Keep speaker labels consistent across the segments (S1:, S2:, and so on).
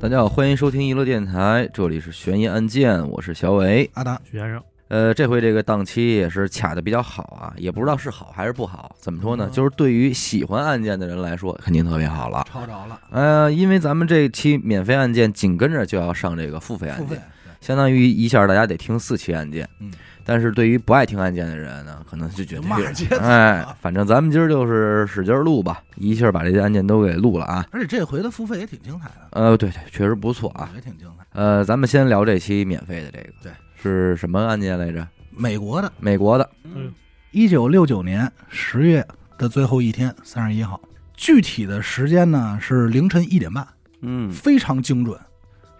S1: 大家好，欢迎收听娱乐电台，这里是悬疑案件，我是小伟。
S2: 阿达，
S3: 许先生，
S1: 呃，这回这个档期也是卡的比较好啊，也不知道是好还是不好。怎么说呢？
S2: 嗯
S1: 就是对于喜欢案件的人来说，肯定特别好了。
S2: 抄着了，
S1: 呃，因为咱们这期免费案件紧跟着就要上这个付费案
S2: 付费
S1: 件，，相当于一下大家得听四期案件。
S2: 嗯，
S1: 但是对于不爱听案件的人呢，可能就觉
S2: 对
S1: 得
S2: 骂街走
S1: 哎
S2: 了。，
S1: 反正咱们今儿就是使劲儿录吧，一下把这些案件都给录了啊。
S2: 而且这回的付费也挺精彩的，
S1: 呃，对对，确实不错啊。
S2: 也挺精彩。
S1: 呃，咱们先聊这期免费的这个，
S2: 对，
S1: 是什么案件来着？
S2: 美国的，
S1: 美国的，
S3: 嗯，
S2: 一九六九年十月的最后一天，三十一号，具体的时间呢是凌晨一点半，
S1: 嗯
S2: 非常精准。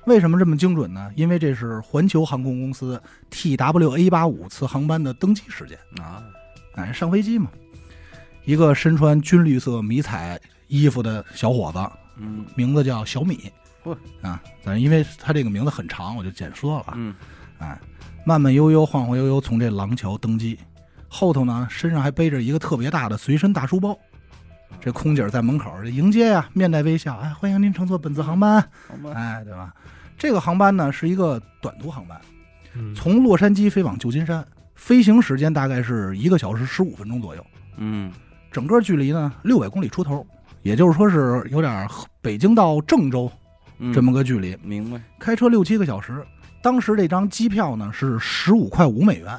S2: 为什么这么精准呢？因为这是环球航空公司 TWA 八五次航班的登机时间。
S1: 啊，
S2: 哎，上飞机嘛，一个身穿军绿色迷彩衣服的小伙子，
S1: 嗯
S2: 名字叫小米
S1: 嚯。
S2: 啊，咱因为他这个名字很长，我就简说了啊。
S1: 嗯
S2: 哎，慢慢悠悠、晃晃悠悠从这廊桥登机，后头呢身上还背着一个特别大的随身大书包。这空姐儿在门口儿这迎接呀、面带微笑，哎，欢迎您乘坐本次航班，哎，对吧？这个航班呢是一个短途航班，
S3: 嗯，
S2: 从洛杉矶飞往旧金山，飞行时间大概是一个小时十五分钟左右，
S1: 嗯
S2: 整个距离呢六百公里出头，也就是说是有点儿北京到郑州
S1: 嗯
S2: 这么个距离，
S1: 明白，
S2: 开车六七个小时。当时这张机票呢是十五块五美元，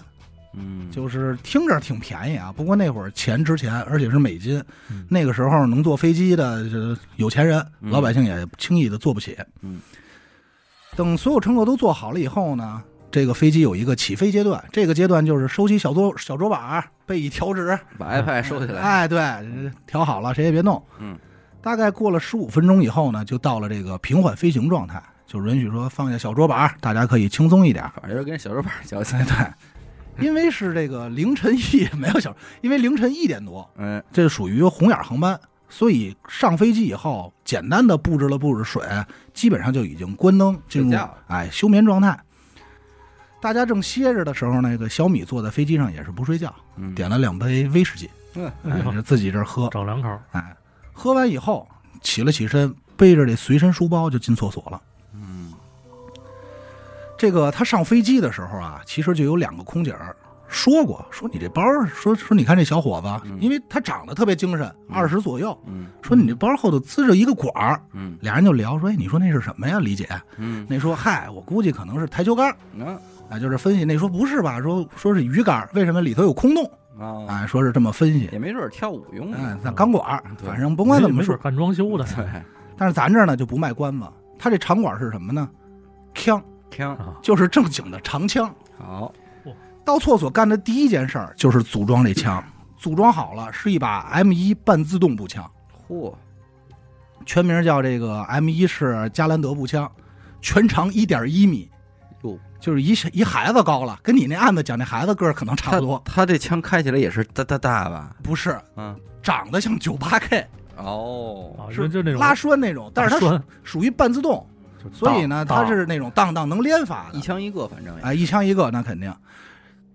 S1: 嗯
S2: 就是听着挺便宜啊，不过那会儿钱值钱，而且是美金。
S3: 嗯
S2: 那个时候能坐飞机的这有钱人，
S1: 嗯
S2: 老百姓也轻易的坐不起。
S1: 嗯，
S2: 等所有乘客都坐好了以后呢，这个飞机有一个起飞阶段，这个阶段就是收起小桌小桌板儿，背椅调直，
S1: 把 iPad 收起来，
S2: 哎，对，调好了，谁也别动。
S1: 嗯，
S2: 大概过了十五分钟以后呢，就到了这个平缓飞行状态，就允许说放下小桌板儿，大家可以轻松一点儿。
S1: 反正就是跟小桌板交起
S2: 哎， 对，因为是这个凌晨一没有小，因为凌晨一点多，
S1: 嗯
S2: 这属于红眼航班，所以上飞机以后，简单的布置了布置水，基本上就已经关灯进
S1: 睡
S2: 入
S1: 觉了
S2: 哎休眠状态。大家正歇着的时候，那个小米坐在飞机上也是不睡觉，
S1: 嗯，
S2: 点了两杯威士忌，哎
S3: 哎呦，
S2: 自己这儿喝，
S3: 找两口儿，
S2: 哎，喝完以后起了起身，背着这随身书包就进厕所了。
S1: 嗯
S2: 这个他上飞机的时候啊，其实就有两个空姐儿说过，说你这包儿，说说你看这小伙子，因为他长得特别精神，二十左右，
S1: 嗯
S2: 说你这包后头滋着一个管儿，
S1: 嗯
S2: 俩人就聊说，哎，你说那是什么呀，李姐？
S1: 嗯，
S2: 那说，嗨，我估计可能是台球杆儿，
S1: 啊
S2: 啊，就是分析。那说不是吧？说说是鱼竿儿，为什么里头有空洞？
S1: 啊，
S2: 啊，说是这么分析。
S1: 也没准儿跳舞用
S2: 嗯
S1: 的，，
S2: 那钢管儿，
S1: 对
S2: 反正甭管怎么
S3: 没
S2: 说
S1: 嗯
S3: 准，干装修的，
S1: 对，
S2: 但是咱这儿呢就不卖关子，他这长管儿是什么呢？枪，
S1: 听
S3: 啊，
S2: 就是正经的长枪。
S1: 好，
S2: 到厕所干的第一件事儿就是组装这枪，组装好了是一把 M 一半自动步枪，
S1: 嚯，
S2: 全名叫这个 M 一式加兰德步枪，全长一点一米，
S1: 哟，
S2: 就是一一孩子高了，跟你那案子讲那孩子个儿可能差不多，
S1: 他这枪开起来也是哒哒哒吧？
S2: 不是
S1: 嗯，
S2: 长得像九八 K，
S1: 哦，
S3: 啊，
S2: 是
S3: 就那种
S2: 拉栓那种，但是它
S3: 栓，
S2: 属于半自动，
S3: 就
S2: 所以呢，
S3: 当
S2: 它是那种当当能连发
S1: 一
S2: 的，
S1: 枪一个，反正也
S2: 哎，一枪一个那肯定。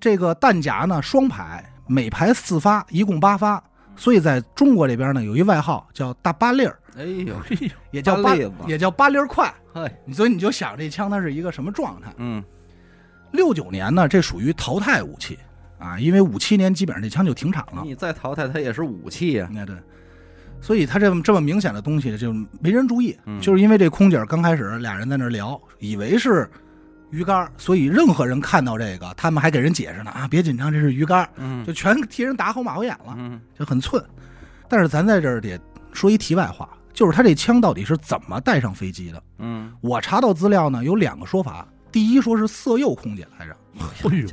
S2: 这个弹夹呢双排，每排四发，一共八发，所以在中国这边呢有一外号叫大八粒儿。
S1: 哎呦，
S3: 哎呦，
S2: 也叫
S1: 八
S2: 八
S1: 粒子，
S2: 也叫八粒儿快。
S1: 嘿，
S2: 所以你就想这枪它是一个什么状态？
S1: 嗯
S2: 六九年呢，这属于淘汰武器啊，因为五七年基本上这枪就停产了。
S1: 你再淘汰它也是武器呀、
S2: 那对，所以它这么这么明显的东西就没人注意，
S1: 嗯
S2: 就是因为这空姐儿刚开始俩人在那儿聊，以为是鱼竿儿，所以任何人看到这个，他们还给人解释呢啊，别紧张，这是鱼竿儿，
S1: 嗯
S2: 就全替人打好马虎眼了。
S1: 嗯
S2: 就很寸。但是咱在这儿得说一题外话，就是他这枪到底是怎么带上飞机的？
S1: 嗯，
S2: 我查到资料呢，有两个说法。第一说是色诱空姐来着，
S3: 哎呦，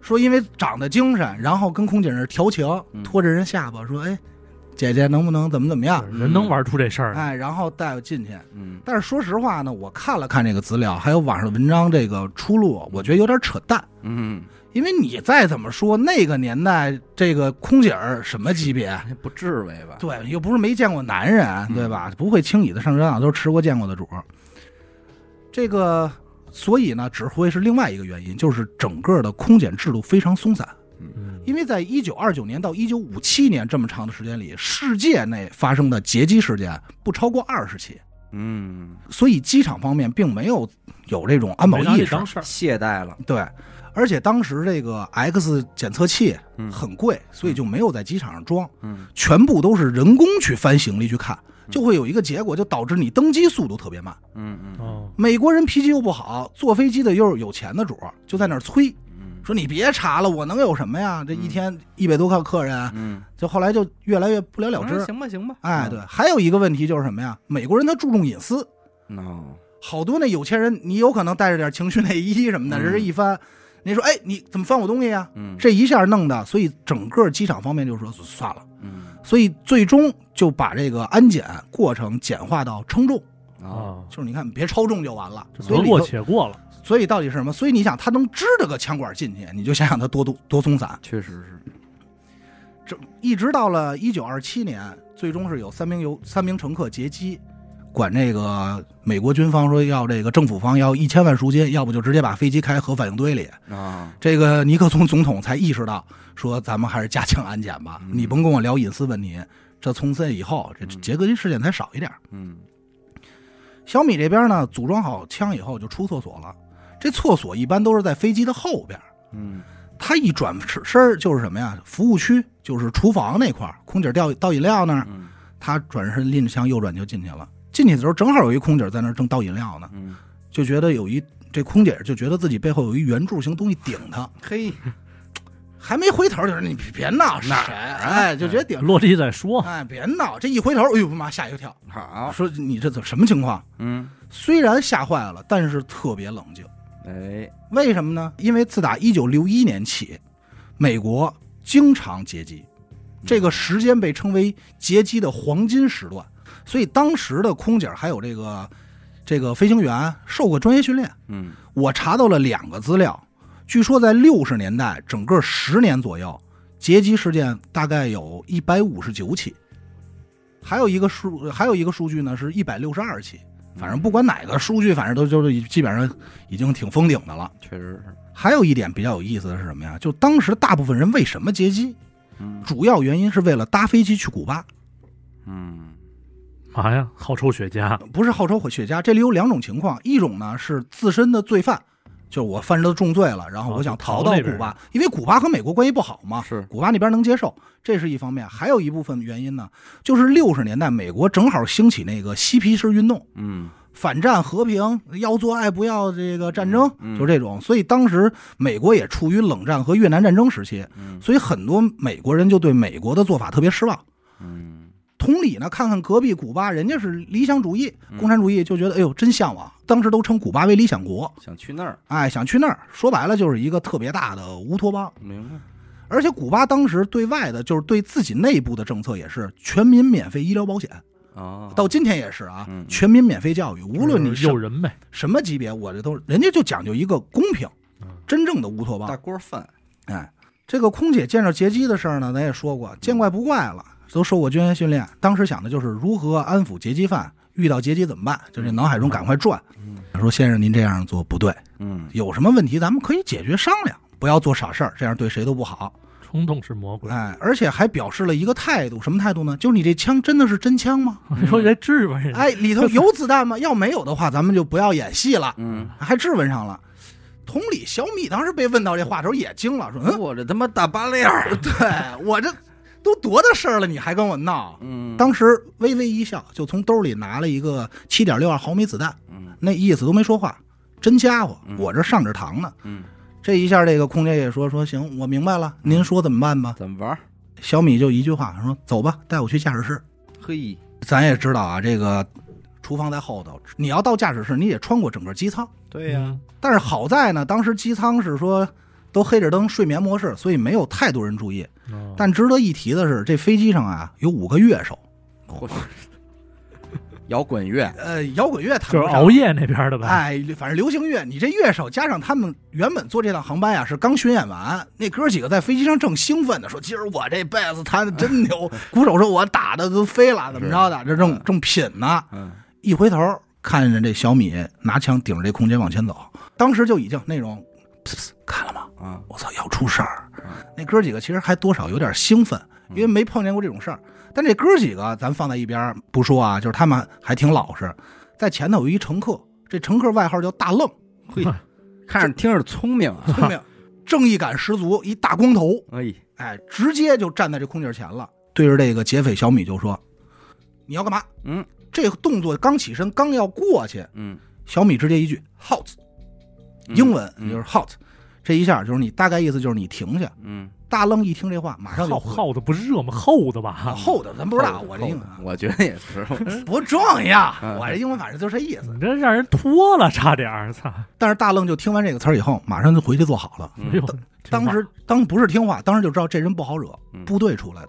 S2: 说因为长得精神，然后跟空姐那儿调情
S1: 嗯，
S2: 拖着人下巴说：“哎，姐姐能不能怎么怎么样
S3: 人能玩出这事？”儿来，
S2: 哎，然后带我进去。
S1: 嗯
S2: 但是说实话呢，我看了看这个资料，还有网上的文章这个出路，我觉得有点扯淡。
S1: 嗯，
S2: 因为你再怎么说，那个年代这个空姐儿什么级别？
S1: 那哎不至为吧？
S2: 对，又不是没见过男人，啊
S3: 嗯
S2: 对吧？不会轻易的上热当，都是吃过见过的主儿。这个，所以呢，指挥是另外一个原因，就是整个的空检制度非常松散。
S3: 嗯，
S2: 因为在一九二九年到一九五七年这么长的时间里，世界内发生的劫机事件不超过二十起，
S1: 嗯，
S2: 所以机场方面并没有有这种安保
S3: 没拿
S2: 意
S3: 这
S2: 识
S3: 当，事儿，
S1: 懈怠了，
S2: 对。而且当时这个 X 检测器
S1: 嗯，
S2: 很贵，所以就没有在机场上装，
S1: 嗯
S2: 全部都是人工去翻行李去看，就会有一个结果，就导致你登机速度特别慢。
S1: 嗯嗯
S3: 哦，
S2: 美国人脾气又不好，坐飞机的又是有钱的主儿，就在那儿催
S1: 嗯
S2: 说你别查了，我能有什么呀？这一
S1: 嗯
S2: 天一百多个客人，
S1: 嗯，
S2: 就后来就越来越不了了
S1: 嗯
S2: 之。
S1: 行吧行吧，
S2: 哎，对，还有一个问题就是什么呀？美国人他注重隐私，
S1: 嗯，哦，
S2: 好多那有钱人，你有可能带着点情趣内衣什么的，
S1: 嗯
S2: 人家一翻，你说哎，你怎么翻我东西呀？
S1: 嗯，
S2: 这一下弄的，所以整个机场方面就说算了，
S1: 嗯
S2: 所以最终就把这个安检过程简化到称重，
S1: 啊，
S3: 啊，
S2: 就是你看别超重就完了。
S3: 这
S2: 所以
S3: 得
S2: 里
S3: 过
S2: 头
S3: 且过了，
S2: 所以到底是什么？所以你想，他能支着个枪管进去，你就想想他多多多松散。
S1: 确实是，
S2: 这一直到了一九二七年，最终是有三名游三名乘客劫机，管这个美国军方说要这个政府方要一千万赎金，要不就直接把飞机开核反应堆里。
S1: 啊，
S2: 这个尼克松总统才意识到，说咱们还是加强安检吧，
S1: 嗯
S2: 你甭跟我聊隐私问题。这从此以后，这
S1: 嗯
S2: 劫机事件才少一点。
S1: 嗯
S2: 小米这边呢，组装好枪以后就出厕所了。这厕所一般都是在飞机的后边。
S1: 嗯
S2: 他一转身儿就是什么呀？服务区就是厨房那块儿，空姐倒倒饮料那儿，
S1: 嗯
S2: 他转身拎着枪右转就进去了。进去的时候正好有一空姐在那儿正倒饮料呢，
S1: 嗯，
S2: 就觉得有一这空姐就觉得自己背后有一圆柱形东西顶她，
S1: 嘿，
S2: 还没回头就说你别别闹谁，
S1: 啊
S2: 哎，就觉得顶，
S3: 落地再说，
S2: 哎别闹，这一回头，哎呦妈吓一跳，
S1: 好，
S2: 说你这怎什么情况？
S1: 嗯，
S2: 虽然吓坏了，但是特别冷静。
S1: 哎，
S2: 为什么呢？因为自打一九六一年起，美国经常劫机，这个时间被称为劫机的黄金时段，所以当时的空姐还有这个这个飞行员受过专业训练。
S1: 嗯
S2: 我查到了两个资料，据说在六十年代，整个十年左右，劫机事件大概有一百五十九起。还有一个数，还有一个数据呢，是一百六十二起。反正不管哪个数据，反正都就是基本上已经挺封顶的了。
S1: 嗯确实是，
S2: 还有一点比较有意思的是什么呀？就当时大部分人为什么劫机，
S1: 嗯
S2: 主要原因是为了搭飞机去古巴，
S1: 嗯
S3: 嘛呀？好抽雪茄，
S2: 不是好抽毁雪茄。这里有两种情况，一种呢是自身的罪犯，就是我犯了重罪了，然后
S3: 啊
S2: 我想
S3: 就逃
S2: 逃到
S3: 那
S2: 古
S3: 边
S2: 巴，因为古巴和美国关系不好嘛，
S1: 是，
S2: 古巴那边能接受，这是一方面。还有一部分原因呢，就是六十年代美国正好兴起那个嬉皮士运动，
S1: 嗯
S2: 反战、和平，要做爱不要这个战争，
S1: 嗯嗯
S2: 就这种。所以当时美国也处于冷战和越南战争时期，
S1: 嗯
S2: 所以很多美国人就对美国的做法特别失望。
S1: 嗯
S2: 同理呢，看看隔壁古巴，人家是理想主义、
S1: 嗯
S2: 共产主义，就觉得哎呦真向往。当时都称古巴为理想国，
S1: 想去那儿，
S2: 哎，想去那儿。说白了就是一个特别大的乌托邦。
S1: 明白，
S2: 而且古巴当时对外的，就是对自己内部的政策也是全民免费医疗保险，
S1: 哦，
S2: 到今天也是啊
S1: 嗯嗯，
S2: 全民免费教育，无论你
S3: 就是
S2: 什
S3: 诱人呗，
S2: 什么级别，我这都人家就讲究一个公平
S3: 嗯，
S2: 真正的乌托邦
S1: 大。锅饭，
S2: 哎，这个空姐见着劫机的事儿呢，咱也说过，见怪不怪了，都受过专业训练。当时想的就是如何安抚劫机犯，遇到劫机怎么办？就这脑海中赶快转。说先生，您这样做不对，
S1: 嗯，
S2: 有什么问题咱们可以解决商量，不要做傻事儿，这样对谁都不好。
S3: 冲动是魔鬼。
S2: 哎，而且还表示了一个态度，什么态度呢？就是你这枪真的是真枪吗？
S3: 你 说这至于吗？人
S2: 嗯
S3: 家
S2: 哎，里头有子弹吗？要没有的话，咱们就不要演戏了，
S1: 嗯，
S2: 还质问上了。同理，小米当时被问到这话的时候也惊了，说：“嗯，
S1: 我这他妈大八链儿，
S2: 对哎我这都多大事儿了，你还跟我闹？
S1: 嗯，
S2: 当时微微一笑，就从兜里拿了一个七点六二毫米子弹，
S1: 嗯
S2: 那意思都没说话。真家伙
S1: 嗯，
S2: 我这上着膛呢。
S1: 嗯，
S2: 这一下，这个空姐也说说行，我明白了，您说怎么办吧？
S1: 怎么玩儿？
S2: 小米就一句话说走吧，带我去驾驶室。
S1: 嘿，
S2: 咱也知道啊，这个厨房在后头，你要到驾驶室，你也穿过整个机舱。
S1: 对呀，
S3: 嗯
S2: 但是好在呢，当时机舱是说都黑着灯，睡眠模式，所以没有太多人注意。
S3: 哦
S2: 但值得一提的是，这飞机上啊有五个乐手，
S1: 嚯，摇滚乐，
S2: 呃，摇滚乐他
S3: 就是熬。夜那边的吧？
S2: 哎，反正流行乐，你这乐手加上他们原本做这趟航班呀、是刚巡演完，那哥几个在飞机上正兴奋呢，说今儿我这贝斯弹的真牛，鼓手说我打的都飞了，怎么着的，这正正品呢。
S1: 嗯
S2: 一回头看着这小米拿枪顶着这空姐往前走，当时就已经那种，噗噗看了吗？
S1: 啊，
S2: 我操，要出事儿
S1: 嗯！
S2: 那哥几个其实还多少有点兴奋，
S1: 嗯
S2: 因为没碰见过这种事儿。但这哥几个咱放在一边儿不说啊，就是他们还挺老实。在前头有一乘客，这乘客外号叫大愣，
S1: 嘿，看着听着聪明 啊，
S2: 聪明，正义感十足，一大光头，
S1: 哎，
S2: 哎，直接就站在这空姐前了，对着这个劫匪小米就说：“你要干嘛
S1: 嗯？”
S2: 这个动作刚起身，刚要过去，
S1: 嗯，
S2: 小米直接一句 “halt”，
S1: 嗯
S2: 英文
S1: 嗯
S2: 就是 “halt”，这一下就是你大概意思就是你停下。
S1: 嗯，
S2: 大愣一听这话，马上就
S3: 耗
S2: 会
S3: 耗的不是热吗？厚的
S2: 啊
S1: 嗯
S3: 吧？
S2: 厚的，咱不知道，
S1: 后
S2: 我这英文
S1: 后
S2: 啊
S1: 我觉得也是，
S2: 不重要
S1: 嗯，
S2: 我这英文反正就这意思。
S3: 你这让人脱了，差点儿，操！
S2: 但是大愣就听完这个词儿以后，马上就回去做好了。
S1: 嗯
S3: 哎呦，
S2: 当时当不是听话，当时就知道这人不好惹
S1: 嗯，
S2: 部队出来的，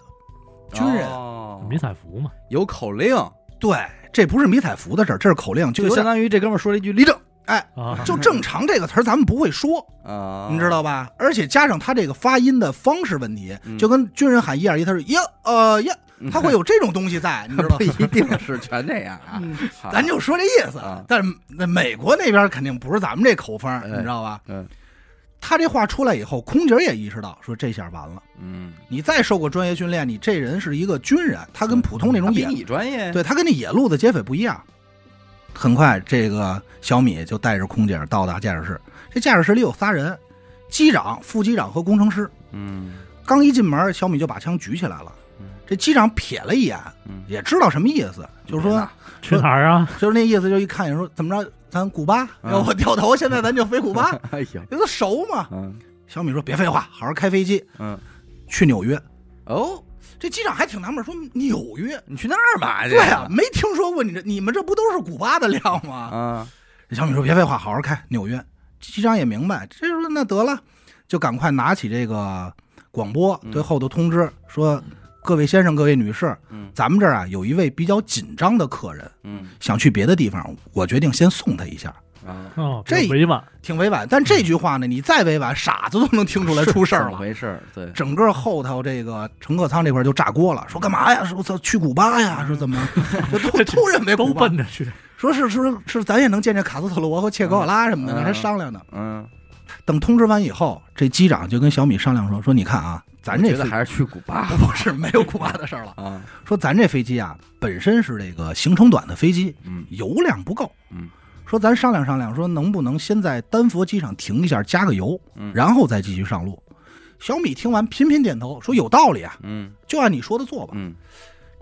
S2: 军人
S1: 哦
S3: 迷彩服嘛，
S1: 有口令，
S2: 对，这不是迷彩服的事儿，这是口令，
S1: 就
S2: 有
S1: 相
S2: 点
S1: 当于这哥们儿说了一句立正
S2: 哎，
S3: 啊，
S2: 就正常这个词儿咱们不会说，
S1: 啊，
S2: 你知道吧？而且加上他这个发音的方式问题
S1: 嗯，
S2: 就跟军人喊一二一，他是呀呃呀，
S1: 嗯
S2: 他会有这种东西在，你知道
S1: 不
S2: 吧？
S1: 一定是全这样啊，好
S2: 嗯咱就说这意思
S1: 啊，
S2: 但是那美国那边肯定不是咱们这口风，
S1: 哎
S2: 你知道吧？
S1: 嗯
S2: 他这话出来以后，空姐也意识到，说这下完了。
S1: 嗯，
S2: 你再受过专业训练，你这人是一个军人，他跟普通那种
S1: 嗯比
S2: 野，
S1: 啊你专业，
S2: 对他跟那野路子劫匪不一样。很快，这个小米就带着空姐到达驾驶室。这驾驶室里有仨人，机长、副机长和工程师。
S1: 嗯
S2: 刚一进门，小米就把枪举起来了
S1: 嗯。
S2: 这机长瞥了一眼，
S1: 嗯，
S2: 也知道什么意思，就
S1: 别
S2: 是说
S1: 闹，
S3: 去哪儿啊？
S2: 就是那意思，就一看说怎么着，咱古巴
S1: 嗯
S2: 要我掉头，现在咱就飞古巴，
S1: 哎呦，
S2: 这都熟嘛。
S1: 嗯
S2: 小米说别废话，好好开飞机
S1: 嗯，
S2: 去纽约。
S1: 哦，
S2: 这机长还挺纳闷，说纽约
S1: 你去那儿嘛去？
S2: 对啊，没听说过你这，你们这不都是古巴的料吗？
S1: 啊，
S2: 小米说：“别废话，好好开。”纽约机长也明白，这时候那得了，就赶快拿起这个广播
S1: 嗯
S2: 对后头通知、说：“各位先生，各位女士，
S1: 嗯
S2: 咱们这儿啊有一位比较紧张的客人
S1: 嗯
S2: 想去别的地方，我决定先送他一下。
S1: 啊，
S3: 哦，
S2: 这
S3: 比较委婉，”
S2: 挺委婉，但
S1: 嗯
S2: 这句话呢，你再委婉，傻子都能听出来出事
S1: 怎
S2: 儿
S1: 么
S2: 了。
S1: 回事儿？对，
S2: 整个后头这个乘客舱这块就炸锅了，说干嘛呀？说我操，去古巴呀？说怎么？
S1: 嗯
S2: 就 都都认为古
S3: 都
S2: 巴
S3: 奔着去，
S2: 说是说是咱也能见见卡斯特罗和切格瓦拉什么的，
S1: 嗯
S2: 那还商量呢。
S1: 嗯，
S2: 等通知完以后，这机长就跟小米商量说：“说你看啊，咱
S1: 我
S2: 这
S1: 觉得
S2: 飞
S1: 还是去古巴
S2: 不是没有古巴的事儿了。
S1: 啊，
S2: 说咱这飞机啊，本身是这个行程短的飞机，
S1: 嗯
S2: 油量不够。
S1: 嗯，
S2: 说咱商量商量，说能不能先在丹佛机场停一下，加个油，
S1: 嗯
S2: 然后再继续上路。”小米听完频频点头，说：“有道理啊，
S1: 嗯
S2: 就按你说的做吧。
S1: 嗯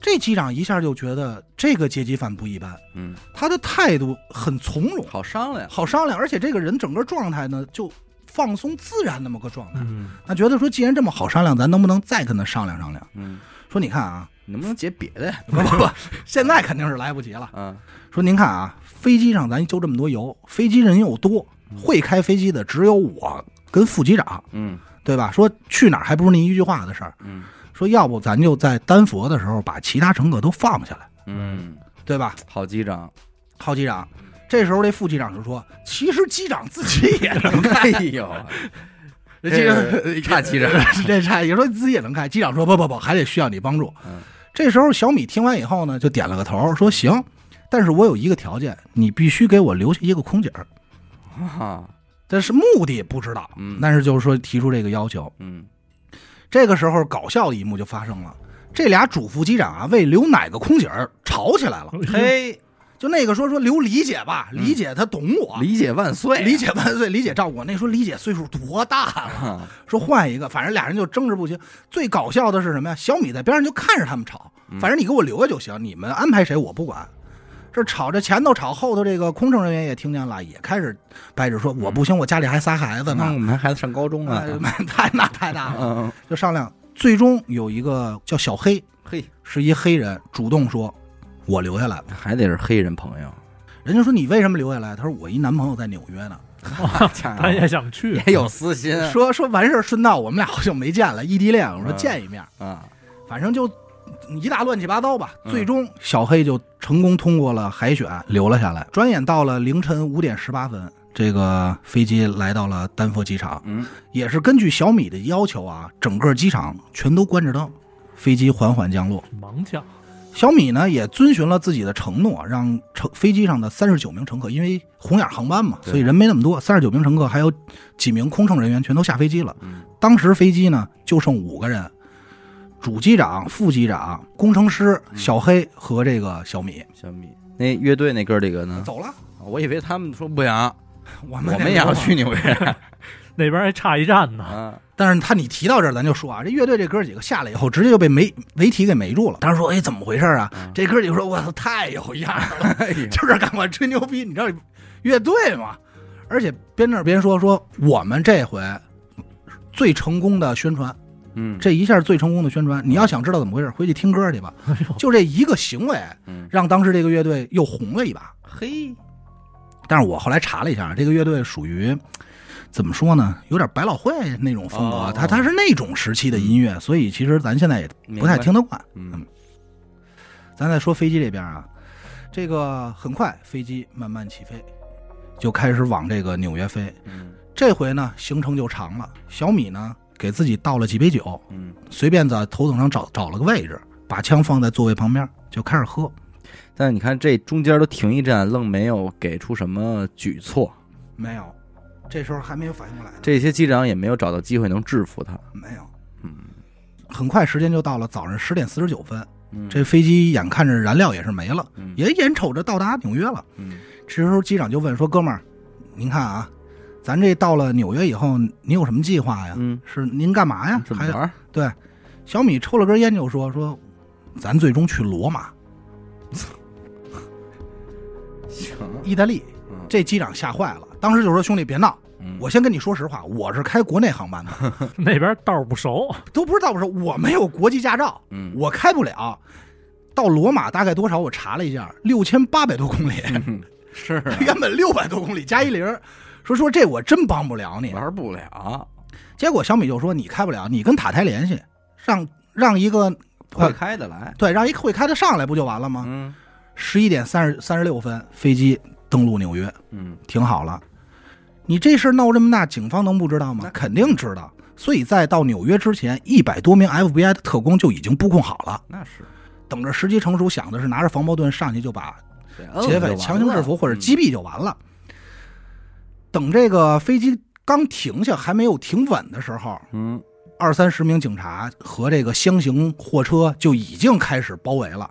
S2: 这机长一下就觉得这个劫机犯不一般，
S1: 嗯，
S2: 他的态度很从容。
S1: 好商量，
S2: 好商量，而且这个人整个状态呢就放松自然那么个状态。
S3: 嗯，
S2: 他觉得说，既然这么好商量，咱能不能再跟他商量商量？
S1: 嗯，
S2: 说你看啊，
S1: 你能不能结别的 呀？
S2: 不不不，现在肯定是来不及了。
S1: 啊，
S2: 说您看啊，飞机上咱就这么多油，飞机人又多，会开飞机的只有我跟副机长，
S1: 嗯
S2: 对吧？说去哪儿还不是您一句话的事儿。
S1: 嗯
S2: 说要不咱就在丹佛的时候把其他乘客都放下来，
S1: 嗯，
S2: 对吧？
S1: 好机长，
S2: 郝机长，这时候这副机长就说：“其实机长自己也能开
S1: 哎呦，
S2: 这机长
S1: 这差机啊长，
S2: 这差也说自己也能开。机长说不不不，还得需要你帮助。
S1: 嗯
S2: 这时候小米听完以后呢，就点了个头，说行，但是我有一个条件，你必须给我留下一个空姐儿。
S1: 啊，
S2: 但是目的不知道，
S1: 嗯
S2: 但是就是说提出这个要求。
S1: 嗯
S2: 这个时候搞笑的一幕就发生了，这俩主副机长啊为留哪个空姐儿吵起来了。
S1: 嘿，
S2: 就那个说说留李姐吧，
S1: 嗯
S2: 李姐她懂我，
S1: 理解万岁，
S2: 理解万岁，李姐照顾我。那时候李姐岁数多大了？
S1: 啊，
S2: 说换一个，反正俩人就争执不清。最搞笑的是什么呀？小米在边上就看着他们吵，
S1: 嗯
S2: 反正你给我留下就行，你们安排谁我不管。这吵着前头吵，后头这个空乘人员也听见了，也开始掰扯说
S1: 嗯
S2: 我不行，我家里还仨孩子
S1: 那
S2: 呢
S1: 我，们孩子上高中啊
S2: 哎， 太那太大了，
S1: 嗯，
S2: 就商量。最终有一个叫小黑，
S1: 嘿，
S2: 是一黑人，主动说：“我留下来吧。
S1: 还得是黑人朋 友，”
S2: 人家说：“你为什么留下来？”他说：“我一男朋友在纽约呢。
S3: 他也想
S2: 哎
S3: 去，
S1: 啊也有私心啊
S2: 说说完事儿，顺道我们俩好久没见了，异地恋。我说
S1: 嗯
S2: 见一面。
S1: 啊，
S2: 反正就一大乱七八糟吧。
S1: 嗯
S2: 最终，小黑就成功通过了海选，留了下来。转眼到了凌晨五点十八分，这个飞机来到了丹佛机场，
S1: 嗯，
S2: 也是根据小米的要求啊，整个机场全都关着灯。飞机缓缓降落，
S3: 盲降，
S2: 小米呢也遵循了自己的承诺，让乘飞机上的三十九名乘客，因为红眼航班嘛，
S1: 对
S2: 所以人没那么多，三十九名乘客还有几名空乘人员全都下飞机了。
S1: 嗯
S2: 当时飞机呢就剩五个人，主机长、副机长、工程师
S1: 嗯
S2: 小黑和这个小米。
S1: 小米，那乐队那哥儿几个呢？
S2: 走了，
S1: 我以为他们说不想，
S2: 我
S1: 嗯我
S2: 们
S1: 们也要去纽约
S3: 那边还差一站呢。
S1: 啊。
S2: 但是他你提到这儿，咱就说啊，这乐队这哥几个下来以后，直接就被媒媒体给围住了。当时说，哎，怎么回事啊？
S1: 嗯
S2: 这哥几个说，我操，太有样儿了，
S1: 哎呀
S2: 就是敢管吹牛逼，你知道乐队嘛？而且边那儿边说说，我们这回最成功的宣传，
S1: 嗯，
S2: 这一下最成功的宣传。你要想知道怎么回事，回去听歌去吧。 就这一个行为
S1: 哎嗯，
S2: 让当时这个乐队又红了一把。
S1: 嘿，
S2: 但是我后来查了一下，这个乐队属于怎么说呢？有点百老汇那种风格，
S1: 哦
S2: 它它是那种时期的音乐，所以其实咱现在也
S1: 明白
S2: 不太听得惯。
S1: 嗯
S2: 咱再说飞机这边啊，这个很快飞机慢慢起飞，就开始往这个纽约飞。
S1: 嗯
S2: 这回呢，行程就长了。小米呢，给自己倒了几杯酒，
S1: 嗯，
S2: 随便在头等舱找找了个位置，把枪放在座位旁边，就开始喝。
S1: 但你看这中间都停一站，愣没有给出什么举措，
S2: 没有，这时候还没有反应过来呢。
S1: 这些机长也没有找到机会能制服他。
S2: 没有，
S1: 嗯
S2: 很快时间就到了早上十点四十九分。
S1: 嗯，
S2: 这飞机眼看着燃料也是没了，
S1: 嗯
S2: 也眼瞅着到达纽约了。
S1: 嗯
S2: 这时候机长就问说：“哥们儿，您看啊，咱这到了纽约以后，您有什么计划呀？
S1: 嗯，
S2: 是您干嘛呀？”
S1: 怎么
S2: 还
S1: 玩儿？
S2: 对，小米抽了根烟就说：“说咱最终去罗马，
S1: 行，
S2: 意大利。”
S1: 嗯
S2: 这机长吓坏了，当时就说：“兄弟，别闹！
S1: 嗯
S2: 我先跟你说实话，我是开国内 航班的，
S3: 那边道儿不熟，
S2: 都不是道不是，我没有国际驾照，
S1: 嗯
S2: 我开不了。到罗马大概多少？我查了一下，六千八百多公里。”
S1: 是啊
S2: 原本六百多公里加一零儿，说说这我真帮不了你。
S1: 玩不了，
S2: 结果小米就说你开不了，你跟塔台联系，让让一个
S1: 会
S2: 呃
S1: 开的来。
S2: 对让一个会开的上来不就完了吗？
S1: 嗯
S2: 十一点三十三十六分，飞机登陆纽约，
S1: 嗯，
S2: 停好了。你这事儿闹这么大，警方能不知道吗
S1: 那？
S2: 肯定知道。所以在到纽约之前，一百多名 FBI 的特工就已经布控好了，
S1: 那是
S2: 等着时机成熟，想的是拿着防爆盾上去就把劫
S1: 哦
S2: 匪强行制服或者击
S1: 击
S2: 毙就完了。等这个飞机刚停下还没有停稳的时候，
S1: 嗯
S2: 二三十名警察和这个箱型货车就已经开始包围了。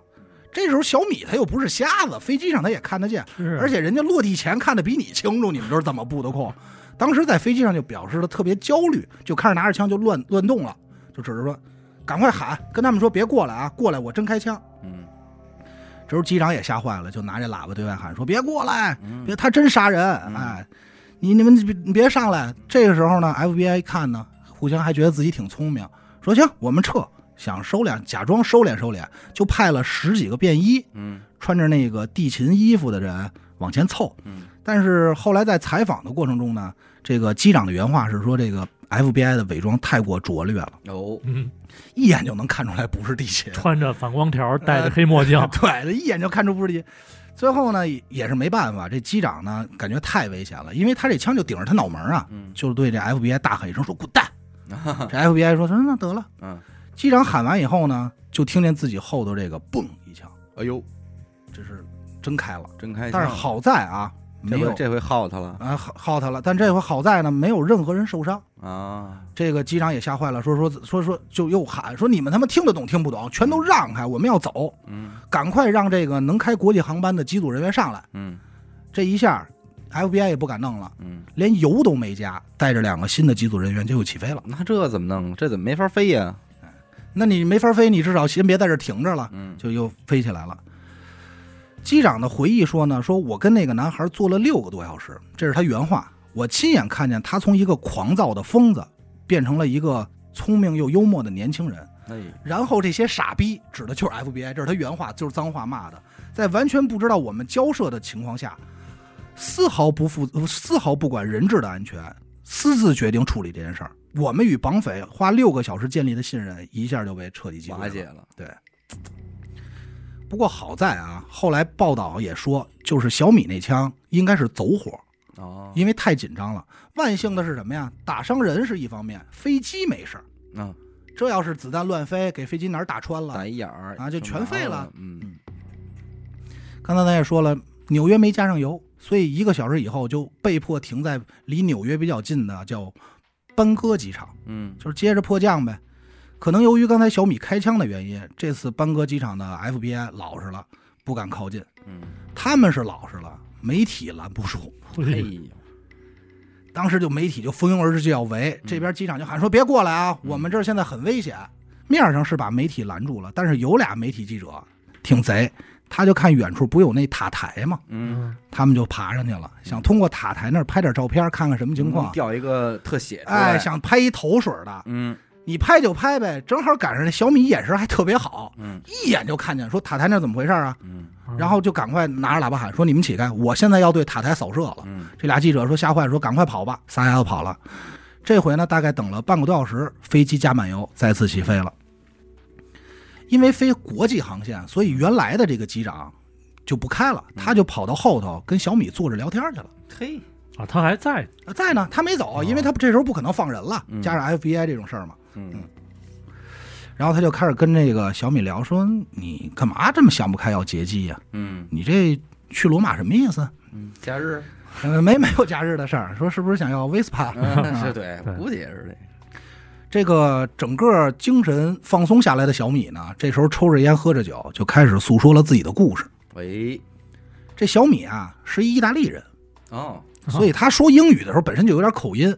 S2: 这时候小米他又不是瞎子，飞机上他也看得见，
S3: 是
S2: 而且人家落地前看得比你清楚，你们这是怎么布的控？当时在飞机上就表示的特别焦虑，就开始拿着枪就乱乱动了，就指着说：“赶快喊，跟他们说别过来啊，过来我真开枪。”
S1: 嗯
S2: 这时候机长也吓坏了，就拿这喇叭对外喊说：“别过来，
S1: 嗯
S2: 别他真杀人！
S1: 嗯
S2: 哎，你你们别你别上来！”这个时候呢，FBI 一看呢，互相还觉得自己挺聪明，说：“行，我们撤。”想收敛，假装收敛收敛，就派了十几个便衣，
S1: 嗯
S2: 穿着那个地勤衣服的人往前凑。
S1: 嗯
S2: 但是后来在采访的过程中呢，这个机长的原话是说：“这个 FBI 的伪装太过拙劣了，
S1: 哦
S3: 嗯，
S2: 一眼就能看出来不是地勤。”
S3: 穿着反光
S2: 呃
S3: 条，戴着黑墨镜，
S2: 对，这一眼就看出不是地。最后呢，也也是没办法，这机长呢感觉太危险了，因为他这枪就顶着他脑门啊，
S1: 嗯
S2: 就对这 FBI 大喊一声说“滚蛋”。 这 FBI 说：“说那得了。
S1: 嗯，”
S2: 机长喊完以后呢，就听见自己后头这个“嘣”一枪，
S1: 哎呦，
S2: 这是真开了。
S1: 真开心！
S2: 但是好在啊，
S1: 哎这
S2: 没有
S1: 回这回耗他了
S2: 啊耗耗他了。但这回好在呢，没有任何人受伤。
S1: 啊！
S2: 这个机长也吓坏了，说说说说就又喊说：“你们他妈听得懂听不懂？全都让开，我们要走，
S1: 嗯
S2: 赶快让这个能开国际航班的机组人员上来。”
S1: 嗯
S2: 这一下，FBI 也不敢弄了，
S1: 嗯，
S2: 连油都没加，带着两个新的机组人员就又起飞了。
S1: 那这怎么弄？这怎么没法飞呀？
S2: 那你没法飞，你至少先别在这儿停着了，
S1: 嗯
S2: 就又飞起来了。机长的回忆说呢，说我跟那个男孩坐了六个多小时，这是他原话。我亲眼看见他从一个狂躁的疯子变成了一个聪明又幽默的年轻人。
S1: 哎
S2: 然后这些傻逼指的就是 FBI，这是他原话，就是脏话骂的，在完全不知道我们交涉的情况下，丝毫不负丝毫不管人质的安全，私自决定处理这件事儿。我们与绑匪花六个小时建立的信任，一下就被彻底击
S1: 瓦
S2: 溃
S1: 解
S2: 了。
S1: 了。
S2: 不过好在啊，后来报道也说，就是小米那枪应该是走火，
S1: 哦，
S2: 因为太紧张了。万幸的是什么呀？打伤人是一方面，飞机没事儿。
S1: 嗯，
S2: 这要是子弹乱飞，给飞机哪儿打穿了，
S1: 打一眼儿
S2: 啊就全
S1: 成毛
S2: 废了
S1: 了。嗯
S2: 刚才咱也说了，纽约没加上油，所以一个小时以后就被迫停在离纽约比较近的叫班戈机场，
S1: 嗯
S2: 就是接着迫降呗。可能由于刚才小米开枪的原因，这次班戈机场的 FBI 老实了，不敢靠近。
S1: 嗯，
S2: 他们是老实了，媒体拦不住。
S1: 哎
S3: 嘿
S1: 呦，
S2: 当时就媒体就蜂拥而至就要围，
S1: 嗯
S2: 这边机长就喊说：“别过来啊，
S1: 嗯
S2: 我们这儿现在很危险。”面上是把媒体拦住了，但是有俩媒体记者挺贼，他就看远处不有那塔台吗？
S1: 嗯，
S2: 他们就爬上去了，想通过塔台那儿拍点照片，看看什么情
S1: 嗯
S2: 况。
S1: 掉一个特写出来，
S2: 哎，想拍一头水的，
S1: 嗯
S2: 你拍就拍呗，正好赶上那小米眼神还特别好，
S1: 嗯
S2: 一眼就看见，说塔台那怎么回事啊？
S1: 嗯
S3: 嗯
S2: 然后就赶快拿着喇叭喊说：“你们起开，我现在要对塔台扫射了。”
S1: 嗯
S2: 这俩记者说吓坏了，说赶快跑吧，撒丫子跑了。这回呢，大概等了半个多小时，飞机加满油，再次起飞了。因为飞国际航线，所以原来的这个机长就不开了，他
S1: 嗯
S2: 就跑到后头跟小米坐着聊天去了。
S1: 嘿，
S3: 啊，他还在
S2: 呃在呢，他没走，
S3: 哦
S2: 因为他这时候不可能放人了，
S1: 嗯
S2: 加上 FBI 这种事儿嘛。
S1: 嗯
S2: 然后他就开始跟这个小米聊，说你干嘛这么想不开要劫机呀、
S1: 嗯
S2: 你这去罗马什么意思？
S1: 嗯，假日
S2: 呃，没没有假日的事儿，说是不是想要 Vespa？
S1: 嗯是对，估计也是这
S2: 这个整个精神放松下来的小米呢，这时候抽着烟喝着酒，就开始诉说了自己的故事。
S1: 个。喂，
S2: 这小米啊是一意大利人，
S1: 哦，
S3: 啊
S2: 所以他说英语的时候本身就有点口音。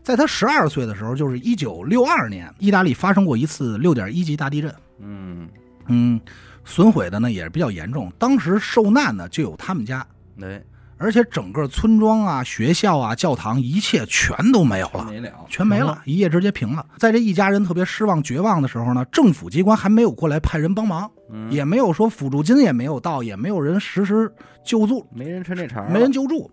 S2: 在他十二岁的时候，就是一九六二年，意大利发生过一次六点一级大地震，
S1: 嗯，
S2: 嗯，损毁的呢也是比较严重。当时受难的就有他们家，
S1: 对，
S2: 而且整个村庄啊、学校啊、教堂一切全都没有了。
S1: 没了，
S2: 全没
S3: 平
S2: 了
S3: 了，
S2: 一夜直接平了。在这一家人特别失望、绝望的时候呢，政府机关还没有过来派人帮忙，
S1: 嗯
S2: 也没有说辅助金也没有到，也没有人实施救助，
S1: 没人抻这茬儿了，
S2: 没人救助，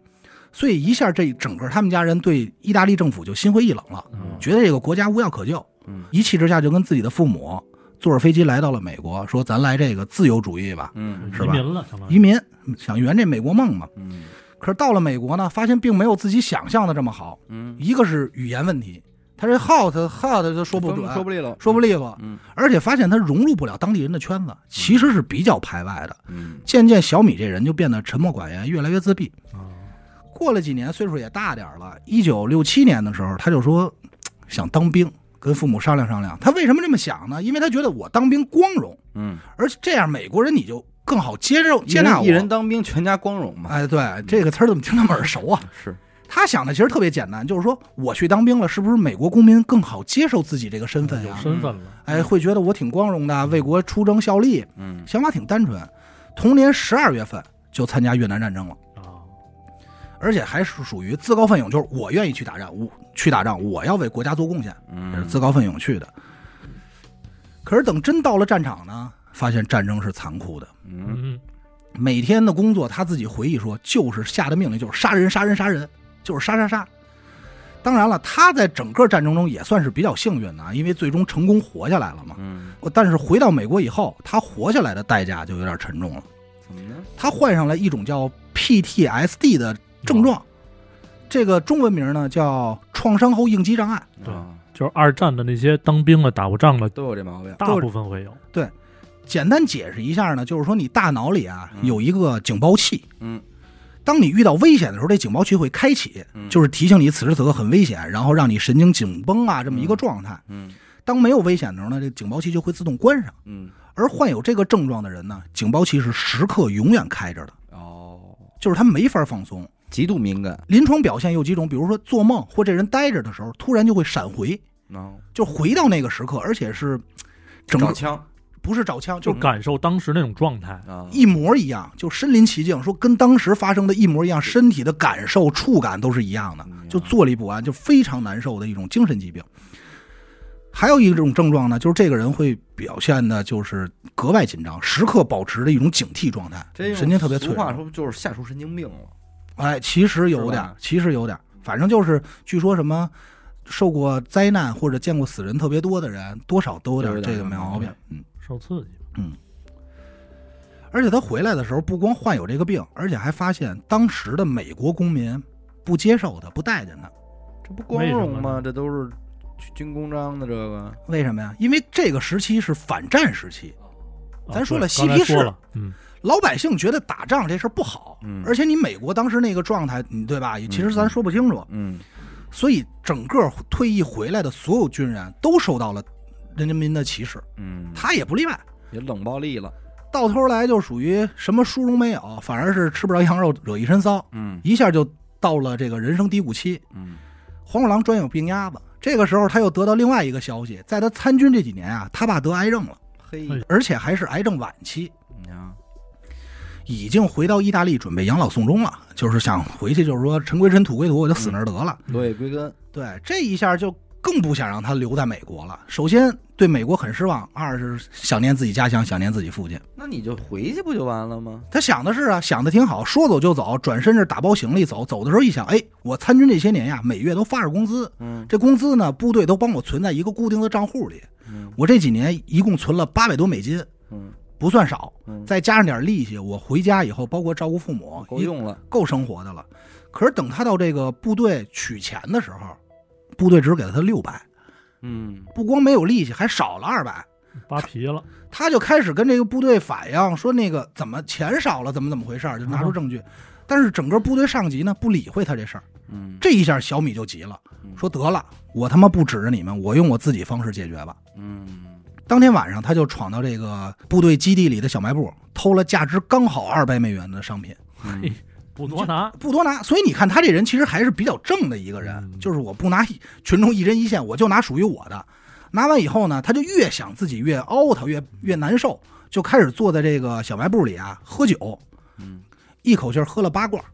S2: 所以一下这整个他们家人对意大利政府就心灰意冷了，
S1: 嗯
S2: 觉得这个国家无药可救，
S1: 嗯
S2: 一气之下就跟自己的父母坐着飞机来到了美国，说咱来这个自由主义吧，
S1: 嗯
S2: 是
S3: 移
S2: 吧
S3: 民了，相当于
S2: 移民，想圆这美国梦嘛。
S1: 嗯
S2: 可是到了美国呢，发现并没有自己想象的这么好，
S1: 嗯，
S2: 一个是语言问题。他这耗他耗他都说不准，啊
S1: 说不利了，
S2: 说不利索，
S1: 嗯
S2: 而且发现他融入不了当地人的圈子，其实是比较排外的。
S1: 嗯
S2: 渐渐，小米这人就变得沉默寡言，越来越自闭。
S3: 啊，
S2: 过了几年，岁数也大点儿了，一九六七年的时候，他就说嘖想当兵，跟父母商量商量。他为什么这么想呢？因为他觉得我当兵光荣，
S1: 嗯，
S2: 而且这样美国人你就更好接受接纳我。
S1: 一人当兵，全家光荣嘛，
S2: 哎，对这个词儿怎么听那么耳熟啊？
S1: 是，
S2: 他想的其实特别简单，就是说我去当兵了，是不是美国公民更好接受自己这个身份呀、
S3: 有身份了，
S2: 哎，会觉得我挺光荣的，为国出征效力，
S1: 嗯
S2: 想法挺单纯。同年十二月份就参加越南战争了，
S3: 啊，
S2: 而且还是属于自告奋勇，就是我愿意去打仗，我去打仗，我要为国家做贡献，这是
S1: 嗯，
S2: 自告奋勇去的。可是等真到了战场呢，发现战争是残酷的。
S1: 嗯
S3: 嗯，
S2: 每天的工作，他自己回忆说，就是下的命令就是杀人、杀人、杀人，就是杀杀杀。当然了，他在整个战争中也算是比较幸运的啊，因为最终成功活下来了嘛。
S1: 嗯，
S2: 但是回到美国以后，他活下来的代价就有点沉重了。
S1: 怎么呢？
S2: 他患上了一种叫 PTSD 的症状，这个中文名呢叫创伤后应激障碍。
S3: 对
S1: 啊
S3: 就是二战的那些当兵的、打过仗的，
S1: 都有这毛病，
S3: 大部分会有，
S2: 嗯简单解释一下呢，就是说你大脑里啊
S1: 嗯
S2: 有一个警报器，
S1: 嗯，
S2: 当你遇到危险的时候，这警报器会开启，
S1: 嗯
S2: 就是提醒你此时此刻很危险，然后让你神经紧绷啊这么一个状态。
S1: 嗯
S2: 当没有危险的时候呢，这警报器就会自动关上。
S1: 嗯，
S2: 而患有这个症状的人呢，警报器是时刻永远开着的，
S1: 哦，
S2: 就是他没法放松。
S1: 极度敏感，
S2: 临床表现有几种，比如说做梦或这人呆着的时候，突然就会闪回，
S1: 哦，
S2: 就回到那个时刻，而且是整
S1: 找
S2: 个
S1: 枪
S2: 不是照枪，
S3: 就
S2: 就是
S3: 感受当时那种状态，
S1: 啊，
S2: 一模一样，就身临其境，说跟当时发生的一模一样，身体的感受、触感都是一样
S1: 嗯
S2: 的，就坐立不安，就非常难受的一种精神疾病。还有一种症状呢，就是这个人会表现的，就是格外紧张，时刻保持着一种警惕状态，
S1: 这用
S2: 神经特别脆
S1: 俗话
S2: 弱。
S1: 说就是吓出神经病了，
S2: 哎，其实有点
S1: 是
S2: 儿
S1: 吧，
S2: 其实有点儿，反正就是据说什么受过灾难或者见过死人特别多的人，多少都有点儿
S1: 有点
S2: 这
S1: 儿
S2: 个
S1: 这
S2: 毛
S1: 毛
S2: 病
S1: 病。
S2: 嗯，
S3: 受刺激，
S2: 而且他回来的时候，不光患有这个病，而且还发现当时的美国公民不接受他，不待见他。
S1: 这不光
S3: 为什
S1: 荣
S3: 么
S1: 吗？
S3: 呢
S1: 这都是军功章的这个，
S2: 为什么呀？因为这个时期是反战时期，
S3: 啊
S2: 咱说了
S3: 对
S2: 嬉皮
S3: 刚才说
S2: 士
S3: 了，嗯，
S2: 老百姓觉得打仗这事儿不好，
S1: 嗯
S2: 而且你美国当时那个状态，你对吧？也其实咱
S1: 嗯
S2: 说不清楚，
S1: 嗯
S2: 所以整个退役回来的所有军人都受到了人民的歧视，
S1: 嗯，
S2: 他也不例外。
S1: 也冷暴力了，
S2: 到头来就属于什么殊荣没有，啊反而是吃不着羊肉惹一身骚，
S1: 嗯
S2: 一下就到了这个人生低谷期。
S1: 嗯
S2: 黄鼠狼专有病鸭子。这个时候，他又得到另外一个消息，在他参军这几年啊，他爸得癌症了，
S1: 嘿，
S3: 哎
S2: 而且还是癌症晚期，
S1: 你看，
S2: 已经回到意大利准备养老送终了，就是想回去，就是说尘归尘，土归土，我就死那儿得了。
S3: 嗯
S1: 落叶归根，
S2: 对，这一下就更不想让他留在美国了。首先对美国很失望，二是想念自己家乡，想念自己父亲。
S1: 那你就回去不就完了吗？
S2: 他想的是啊，想的挺好，说走就走，转身是打包行李走。走的时候一想，哎，我参军这些年呀，每月都发着工资，
S1: 嗯
S2: 这工资呢，部队都帮我存在一个固定的账户里。
S1: 嗯
S2: 我这几年一共存了八百多美金，
S1: 嗯
S2: 不算少，
S1: 嗯，
S2: 再加上点利息，我回家以后，包括照顾父母，
S1: 够用了，
S2: 够生活的了。可是等他到这个部队取钱的时候，部队只给了他六百，
S1: 嗯
S2: 不光没有利息，还少了二百。
S3: 扒皮了，
S2: 他就开始跟这个部队反映说，那个怎么钱少了，怎么怎么回事儿，
S1: 嗯
S2: 就拿出证据。但是整个部队上级呢不理会他这事儿，
S1: 嗯，
S2: 这一下小米就急了，
S1: 嗯
S2: 说得了，我他妈不指着你们，我用我自己方式解决吧。
S1: 嗯
S2: 当天晚上，他就闯到这个部队基地里的小卖部，偷了价值刚好二百美元的商品，
S1: 嗯
S3: 嘿不多拿，
S2: 不多拿。所以你看，他这人其实还是比较正的一个人，
S3: 嗯
S2: 就是我不拿一群众一针一线，我就拿属于我的。拿完以后呢，他就越想自己越凹他，越越难受，就开始坐在这个小卖部里啊喝酒，
S1: 嗯
S2: 一口气儿喝了八罐儿，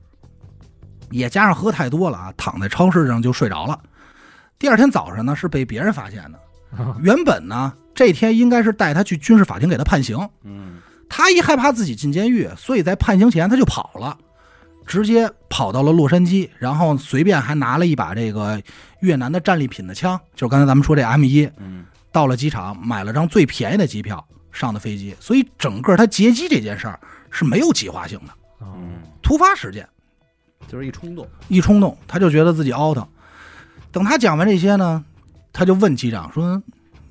S2: 也加上喝太多了啊，躺在超市上就睡着了。第二天早上呢，是被别人发现的。原本呢，这天应该是带他去军事法庭给他判刑，
S1: 嗯
S2: 他一害怕自己进监狱，所以在判刑前他就跑了，直接跑到了洛杉矶，然后随便还拿了一把这个越南的战利品的枪，就是刚才咱们说这 M 一，
S1: 嗯
S2: 到了机场买了张最便宜的机票上的飞机，所以整个他劫机这件事儿是没有计划性的，
S3: 嗯，
S1: 嗯，
S2: 突发事件，
S1: 就是一冲动，
S2: 一冲动他就觉得自己 out。等他讲完这些呢，他就问机长说：“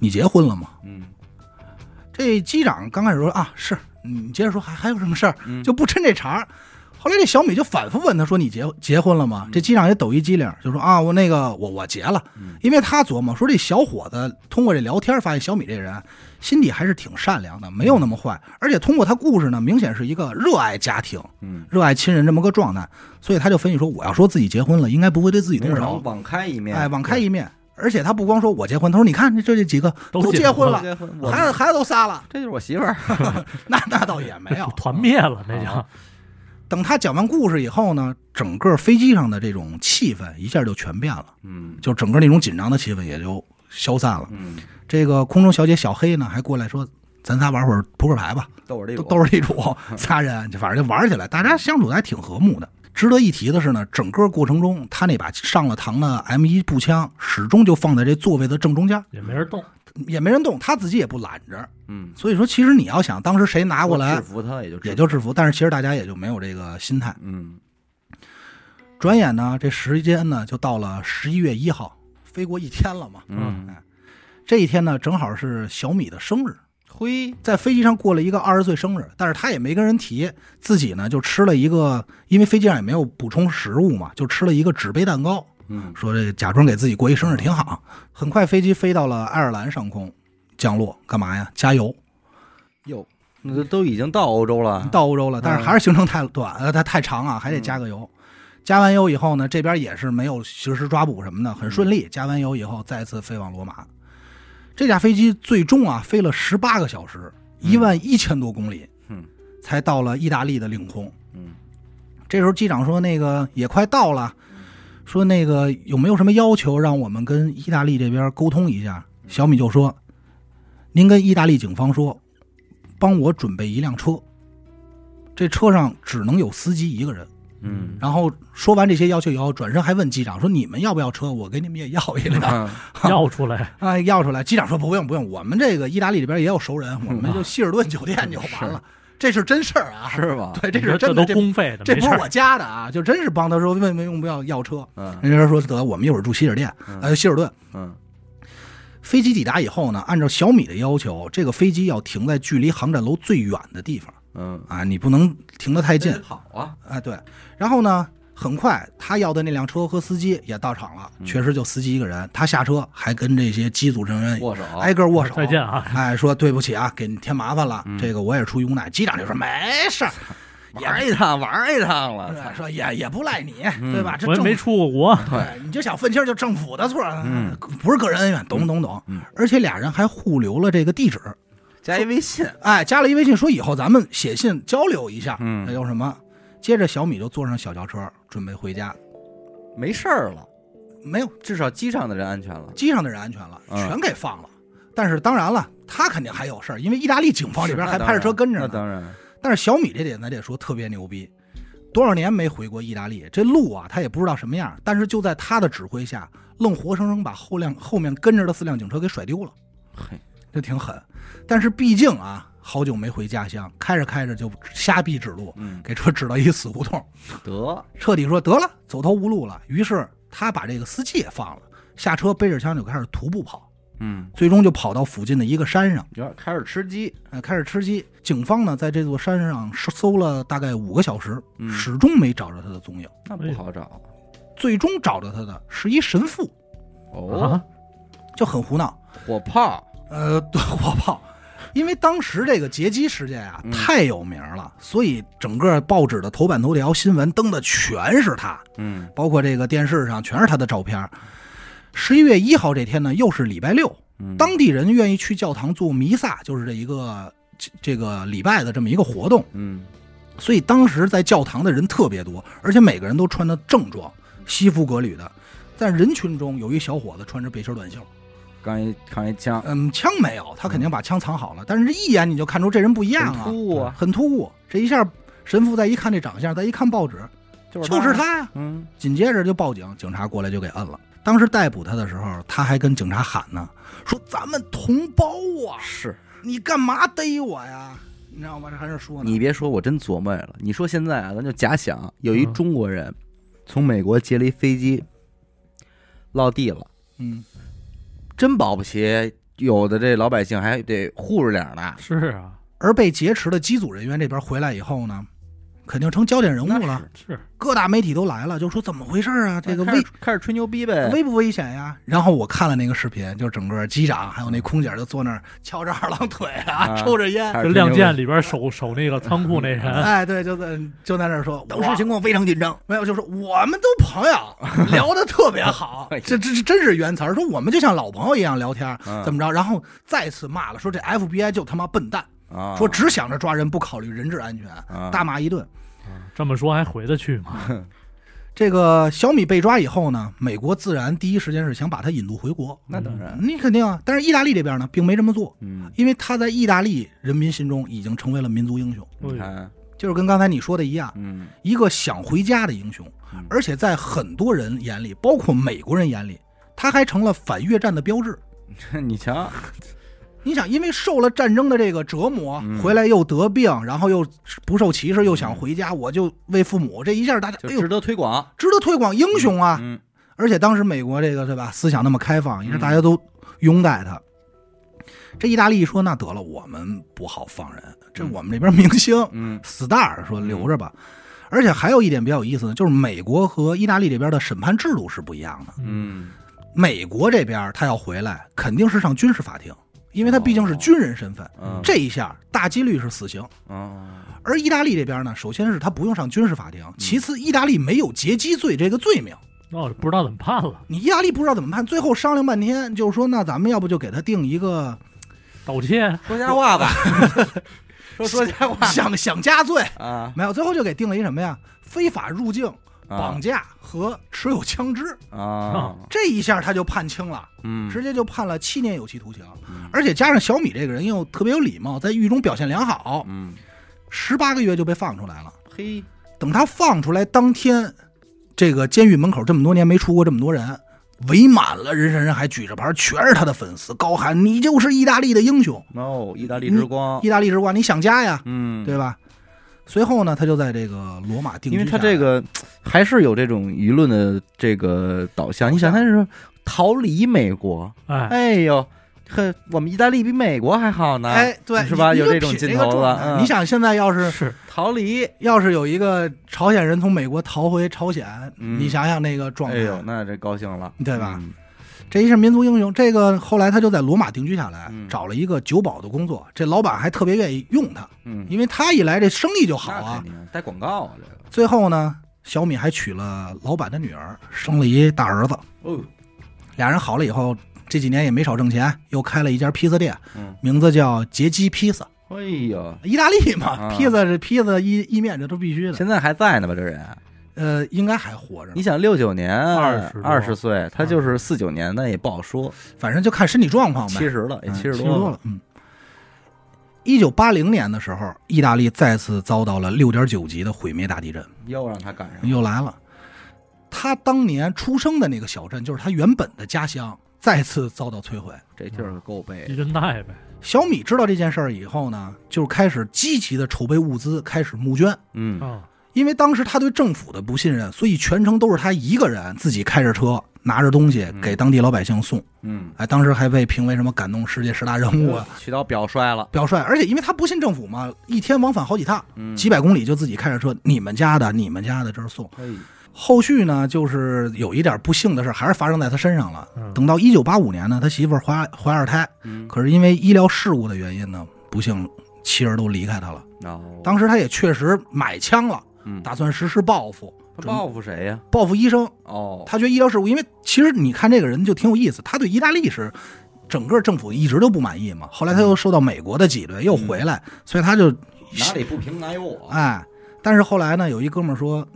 S2: 你结婚了吗
S1: 嗯？”
S2: 这机长刚开始说：“啊，是。”你接着说，还还有什么事儿？
S1: 嗯
S2: 就不抻这茬儿。后来这小米就反复问他说：“你结结婚了吗？”这机长也抖一机灵，就说：“啊，我那个我我结了。
S1: 嗯”
S2: 因为他琢磨说，这小伙子通过这聊天发现小米这人心底还是挺善良的，没有那么坏，而且通过他故事呢，明显是一个热爱家庭、
S1: 嗯，
S2: 热爱亲人这么个状态，所以他就分析说，我要说自己结婚了，应该不会对自己
S1: 没
S2: 动
S1: 准能
S2: 手，
S1: 网开一面，
S2: 哎，网开一面。而且他不光说我结婚，他说你看这这几个
S3: 都
S2: 都
S3: 结
S2: 结婚
S3: 婚
S2: 了，
S1: 结婚，我
S2: 孩子孩子都仨了，
S1: 这就是我媳妇儿，
S2: 那那倒也没有，
S3: 团灭了，那
S1: 啊
S3: 叫
S2: 等他讲完故事以后呢，整个飞机上的这种气氛一下就全变了，
S1: 嗯
S2: 就整个那种紧张的气氛也就消散了。
S1: 嗯，
S2: 这个空中小姐小黑呢，还过来说：“咱仨玩会儿扑克牌吧，
S1: 斗会儿这
S2: 都
S1: 个，
S2: 都是地主， 仨人，就反正就玩起来，大家相处的还挺和睦的。”值得一提的是呢，整个过程中，他那把上了膛的 M 一步枪始终就放在这座位的正中间，
S3: 也没人动，
S2: 也没人动，他自己也不拦着。
S1: 嗯，
S2: 所以说，其实你要想当时谁拿过来
S1: 制，服他也就
S2: 也
S1: 制
S2: 就制服，但是其实大家也就没有这个心态
S1: 服。嗯
S2: 转眼呢，这时间呢就到了十一月一号，飞过一天了嘛。
S1: 嗯，
S2: 这一天呢，正好是小米的生日，
S1: 嘿，
S2: 在飞机上过了一个二十岁生日，但是他也没跟人提，自己呢就吃了一个，因为飞机上也没有补充食物嘛，就吃了一个纸杯蛋糕，
S1: 嗯
S2: 说这假装给自己过一生日挺好。很快飞机飞到了爱尔兰上空降落，干嘛呀？加油！
S1: 哟，那都都已经到欧洲了，
S2: 到欧洲了，但是还是行程太短，呃，它太长啊，还得加个
S1: 嗯
S2: 油。加完油以后呢，这边也是没有实施抓捕什么的，很顺
S1: 嗯
S2: 利。加完油以后，再次飞往罗马。这架飞机最终啊飞了十八个小时，
S1: 嗯
S2: 一万一千多公里，
S1: 嗯，
S2: 才到了意大利的领空。
S1: 嗯
S2: 这时候机长说：“那个也快到了，说那个有没有什么要求让我们跟意大利这边沟通一下？”小米就说：“您跟意大利警方说，帮我准备一辆车，这车上只能有司机一个人。”
S1: 嗯，
S2: 然后说完这些要求以后，转身还问机长说：“你们要不要车？我给你们也要一 辆。
S1: 啊
S3: 要出来，
S2: 啊，要出来。机长说不用不用，我们这个意大利这边也有熟人，我们就希尔顿酒店就完了。这是真事儿啊，
S1: 是吧？
S2: 对，这
S3: 你说
S2: 是真的，
S3: 都
S2: 这
S3: 公费的，
S2: 这
S3: 没
S2: 不是
S3: 事儿
S2: 我家的啊，就真是帮他说问问用不要要车。
S1: 嗯
S2: 人家说得，我们一会儿住希尔店，
S1: 嗯
S2: 呃，希尔顿。
S1: 嗯
S2: 飞机抵达以后呢，按照小米的要求，这个飞机要停在距离航站楼最远的地方
S1: 嗯，
S2: 啊，你不能停得太近
S1: 跑啊，
S2: 啊。对，然后呢，很快，他要的那辆车和司机也到场了，
S1: 嗯
S2: 确实就司机一个人。他下车还跟这些机组成员
S1: 握手，
S2: 挨个握手，
S3: 再见啊，
S2: 哎，说对不起啊，给你添麻烦了，
S1: 嗯
S2: 这个我也是出于无奈。机长就说没事儿，
S1: 玩一趟，玩一趟了，
S2: 对
S1: 操
S2: 说也也不赖你，
S1: 嗯
S2: 对吧？这
S3: 嗯我也
S2: 政
S3: 没出过国，
S2: 对，哎你就想愤青儿就政府的错儿，
S1: 嗯
S2: 不是个人恩怨，懂懂懂。
S1: 嗯
S2: 而且俩人还互留了这个地址，
S1: 加一微信，
S2: 哎，加了一微信，说以后咱们写信交流一下，
S1: 嗯
S2: 那叫什么？接着小米就坐上小轿车准备回家，
S1: 没事儿了，
S2: 没有
S1: 至少机上的人安全了。
S2: 机上的人安全了，
S1: 嗯
S2: 全给放了。但是当然了，他肯定还有事儿，因为意大利警方这边
S1: 是
S2: 还派着车跟着
S1: 那
S2: 呢。
S1: 当然，
S2: 但是小米这点咱得说特别牛逼，多少年没回过意大利，这路啊他也不知道什么样，但是就在他的指挥下，愣活生生把后辆后面跟着的四辆警车给甩丢了。
S1: 嘿，
S2: 这挺狠。但是毕竟啊，好久没回家乡，开着开着就瞎逼指路，
S1: 嗯，
S2: 给车指到一死胡同，
S1: 得，
S2: 彻底说得了，走投无路了。于是他把这个司机也放了，下车背着枪就开始徒步跑，
S1: 嗯，
S2: 最终就跑到附近的一个山上，
S1: 有点开始吃鸡，
S2: 呃，开始吃鸡。警方呢，在这座山上搜搜了大概五个小时，
S1: 嗯
S2: 始终没找着他的踪影。
S1: 那不好找
S2: 最终找着他的是一神父，
S1: 哦
S3: 啊，，
S2: 就很胡闹，
S1: 火炮，
S2: 呃， 火炮，因为当时这个劫机事件啊
S1: 嗯
S2: 太有名了，所以整个报纸的头版头条新闻登的全是他，
S1: 嗯
S2: 包括这个电视上全是他的照片。十一月一号这天呢，又是礼拜六，
S1: 嗯，
S2: 当地人愿意去教堂做弥撒，就是这一个这这个礼拜的这么一个活动，
S1: 嗯
S2: 所以当时在教堂的人特别多，而且每个人都穿的正装，西服革履的。在人群中有一小伙子穿着背心短袖，
S1: 刚一扛一枪，
S2: 嗯，枪没有，他肯定把枪藏好了，但是这一眼你就看出这人不一
S1: 很
S2: 样啊，
S1: 突兀啊，
S2: 很突兀。这一下，神父再一看这长相，再一看报纸，
S1: 就
S2: 就是
S1: 他，
S2: 他呀。
S1: 嗯，
S2: 紧接着就报警，警察过来就给摁了。当时逮捕他的时候，他还跟警察喊呢，说咱们同胞啊，
S1: 是
S2: 你干嘛逮我呀？你知道吗？这还是说呢，
S1: 你别说，我真琢磨了，你说现在啊，咱就假想有一
S3: 嗯
S1: 中国人从美国劫了一飞机，落地了。
S2: 嗯，
S1: 真保不齐有的这老百姓还得护着点儿呢。
S3: 是啊，
S2: 而被劫持的机组人员这边回来以后呢，肯定成焦点人物
S1: 那
S2: 了
S1: 是，
S3: 是
S2: 各大媒体都来了，就说怎么回事啊？这个
S1: 开
S2: 危
S1: 始开始吹牛逼呗，
S2: 危不危险呀？然后我看了那个视频，就整个机长还有那空姐就坐那儿翘着二郎腿啊，
S1: 啊啊
S2: 抽着烟，
S1: 开
S3: 就
S1: 始吹牛逼
S3: 亮剑里边守守那个仓库那人，
S2: 哎，对，就在就在那儿说，
S1: 当时情况非常紧张。
S2: 没有，就说我们都 朋友，聊得特别好
S1: 哎，呀
S2: 这这这真是原词儿，说我们就像老朋友一样聊天，
S1: 嗯
S2: 怎么着？然后再次骂了，说这 FBI 就他妈笨蛋，
S1: 啊，
S2: 说只想着抓人，不考虑人质安全，
S1: 啊
S2: 大骂一顿。
S3: 这么说还回得去吗？
S2: 这个小米被抓以后呢，美国自然第一时间是想把他引渡回国，
S1: 那当然，
S2: 你肯定啊。但是意大利这边呢，并没这么做，
S1: 嗯，
S2: 因为他在意大利人民心中已经成为了民族英雄，
S3: 嗯
S1: 你看，
S2: 就是跟刚才你说的一样，
S1: 嗯，
S2: 一个想回家的英雄
S1: 嗯，
S2: 而且在很多人眼里，包括美国人眼里，他还成了反越战的标志。
S1: 你瞧，
S2: 你想，因为受了战争的这个折磨
S1: 嗯，
S2: 回来又得病，然后又不受歧视，又想回家，我就为父母，这一下大家
S1: 就
S2: 哎呦
S1: 值，得推广
S2: 值得推广英雄啊！
S1: 嗯
S2: 而且当时美国这个对吧，思想那么开放，也
S1: 嗯
S2: 是大家都拥戴他。这意大利一说，那得了，我们不好放人，这
S1: 嗯
S2: 我们这边明星
S1: 嗯
S2: star 说留着吧。而且还有一点比较有意思呢，就是美国和意大利这边的审判制度是不一样的。
S1: 嗯，
S2: 美国这边他要回来，肯定是上军事法庭，因为他毕竟是军人身份，
S1: 哦嗯
S2: 这一下大几率是死刑。
S1: 哦，
S2: 而意大利这边呢，首先是他不用上军事法庭，其
S1: 嗯
S2: 次意大利没有劫机罪这个罪名。
S3: 那我哦不知道怎么判了，
S2: 你意大利不知道怎么判，最后商量半天，就是说，那咱们要不就给他定一个
S3: 盗窃
S1: 说瞎话吧，说说瞎话
S2: 想想加罪，
S1: 啊，
S2: 没有，最后就给定了一什么呀？非法入境、绑
S1: 啊
S2: 架和持有枪支，
S1: 啊，
S2: 这一下他就判轻了，
S1: 嗯，
S2: 直接就判了七年有期徒刑
S1: 嗯，
S2: 而且加上小米这个人又特别有礼貌，在狱中表现良好，
S1: 嗯，
S2: 十八个月就被放出来了。
S1: 嘿，
S2: 等他放出来当天，这个监狱门口这么多年没出过这么多人，围满了人山人海，举着牌，全是他的粉丝，高喊：“你就是意大利的英雄，
S1: no，意大利之光，
S2: 意大利之光，你想家呀，
S1: 哦嗯，
S2: 对吧？”随后呢，他就在这个罗马定居
S1: 因
S2: 下
S1: 为他
S2: 来，
S1: 这个还是有这种舆论的这个导向。你想，他是逃离美国，
S3: 哎，
S1: 哎呦，呵，我们意大利比美国还好呢，
S2: 哎，对，
S1: 是吧？
S2: 你
S1: 有
S2: 就
S1: 这种
S2: 品
S1: 劲
S2: 个
S1: 头
S2: 状
S1: 了
S2: 态，
S1: 嗯
S2: 你想现在要是
S3: 是
S1: 逃离，
S2: 要是有一个朝鲜人从美国逃回朝鲜，
S1: 嗯
S2: 你想想那个状
S1: 哎
S2: 态，
S1: 呦，那这高兴了，
S2: 对吧
S1: 嗯？
S2: 这一下民族英雄。这个后来他就在罗马定居下来，
S1: 嗯
S2: 找了一个酒保的工作，这老板还特别愿意用他，
S1: 嗯，
S2: 因为他一来这生意就好
S1: 那
S2: 啊
S1: 肯。定，带广告啊，这个，
S2: 最后呢，小米还娶了老板的女儿，生了一大儿子。
S1: 哦，
S2: 俩人好了以后，这几年也没少挣钱，又开了一家披萨店，
S1: 嗯
S2: 名字叫杰基披萨，
S1: 哎呦，
S2: 意大利嘛，
S1: 啊
S2: 披萨是披萨意意面这都必须的。
S1: 现在还在呢吧？这人，
S2: 呃，应该还活着呢
S1: 你，想六九年
S3: 20多
S1: 二十岁，他就是四九年，那也不好说，
S2: 反正就看身体状况呗。
S1: 七十了，也
S2: 嗯
S1: 哎七
S2: 七
S1: 十
S2: 多
S1: 了，
S2: 了，嗯。一九八零年的时候，意大利再次遭到了六点九级的毁灭大地震，
S1: 又让他赶上了，
S2: 又来了。他当年出生的那个小镇，就是他原本的家乡，再次遭到摧毁。
S1: 这地儿够背
S3: 地，震带呗，
S2: 小米知道这件事儿以后呢，就是开始积极的筹备物资，开始募捐。
S1: 嗯，
S3: 啊，
S2: 因为当时他对政府的不信任，所以全程都是他一个人自己开着车，拿着东西给当地老百姓送。
S1: 嗯，
S2: 哎，当时还被评为什么感动世界十大人物啊，
S1: 娶到表率了，
S2: 表率。而且因为他不信政府嘛，一天往返好几趟，
S1: 嗯，
S2: 几百公里就自己开着车，你们家的，你们家的这儿送。
S1: 哎，
S2: 后续呢，就是有一点不幸的事儿还是发生在他身上了。
S3: 嗯
S2: 等到一九八五年呢，他媳妇儿怀怀二胎，
S1: 嗯，
S2: 可是因为医疗事故的原因呢，不幸妻儿都离开他了。
S1: 然后
S2: 当时他也确实买枪了，
S1: 哦嗯
S2: 打算实施报复，
S1: 他
S2: 准
S1: 报复谁呀？
S2: 报复医生。
S1: 哦，
S2: 他觉得医疗事故，因为其实你看这个人就挺有意思，他对意大利是整个政府一直都不满意嘛。后来他又受到美国的挤兑，又回来，所以他就
S1: 嗯哪里不平哪有我
S2: 哎，但是后来呢，有一哥们儿说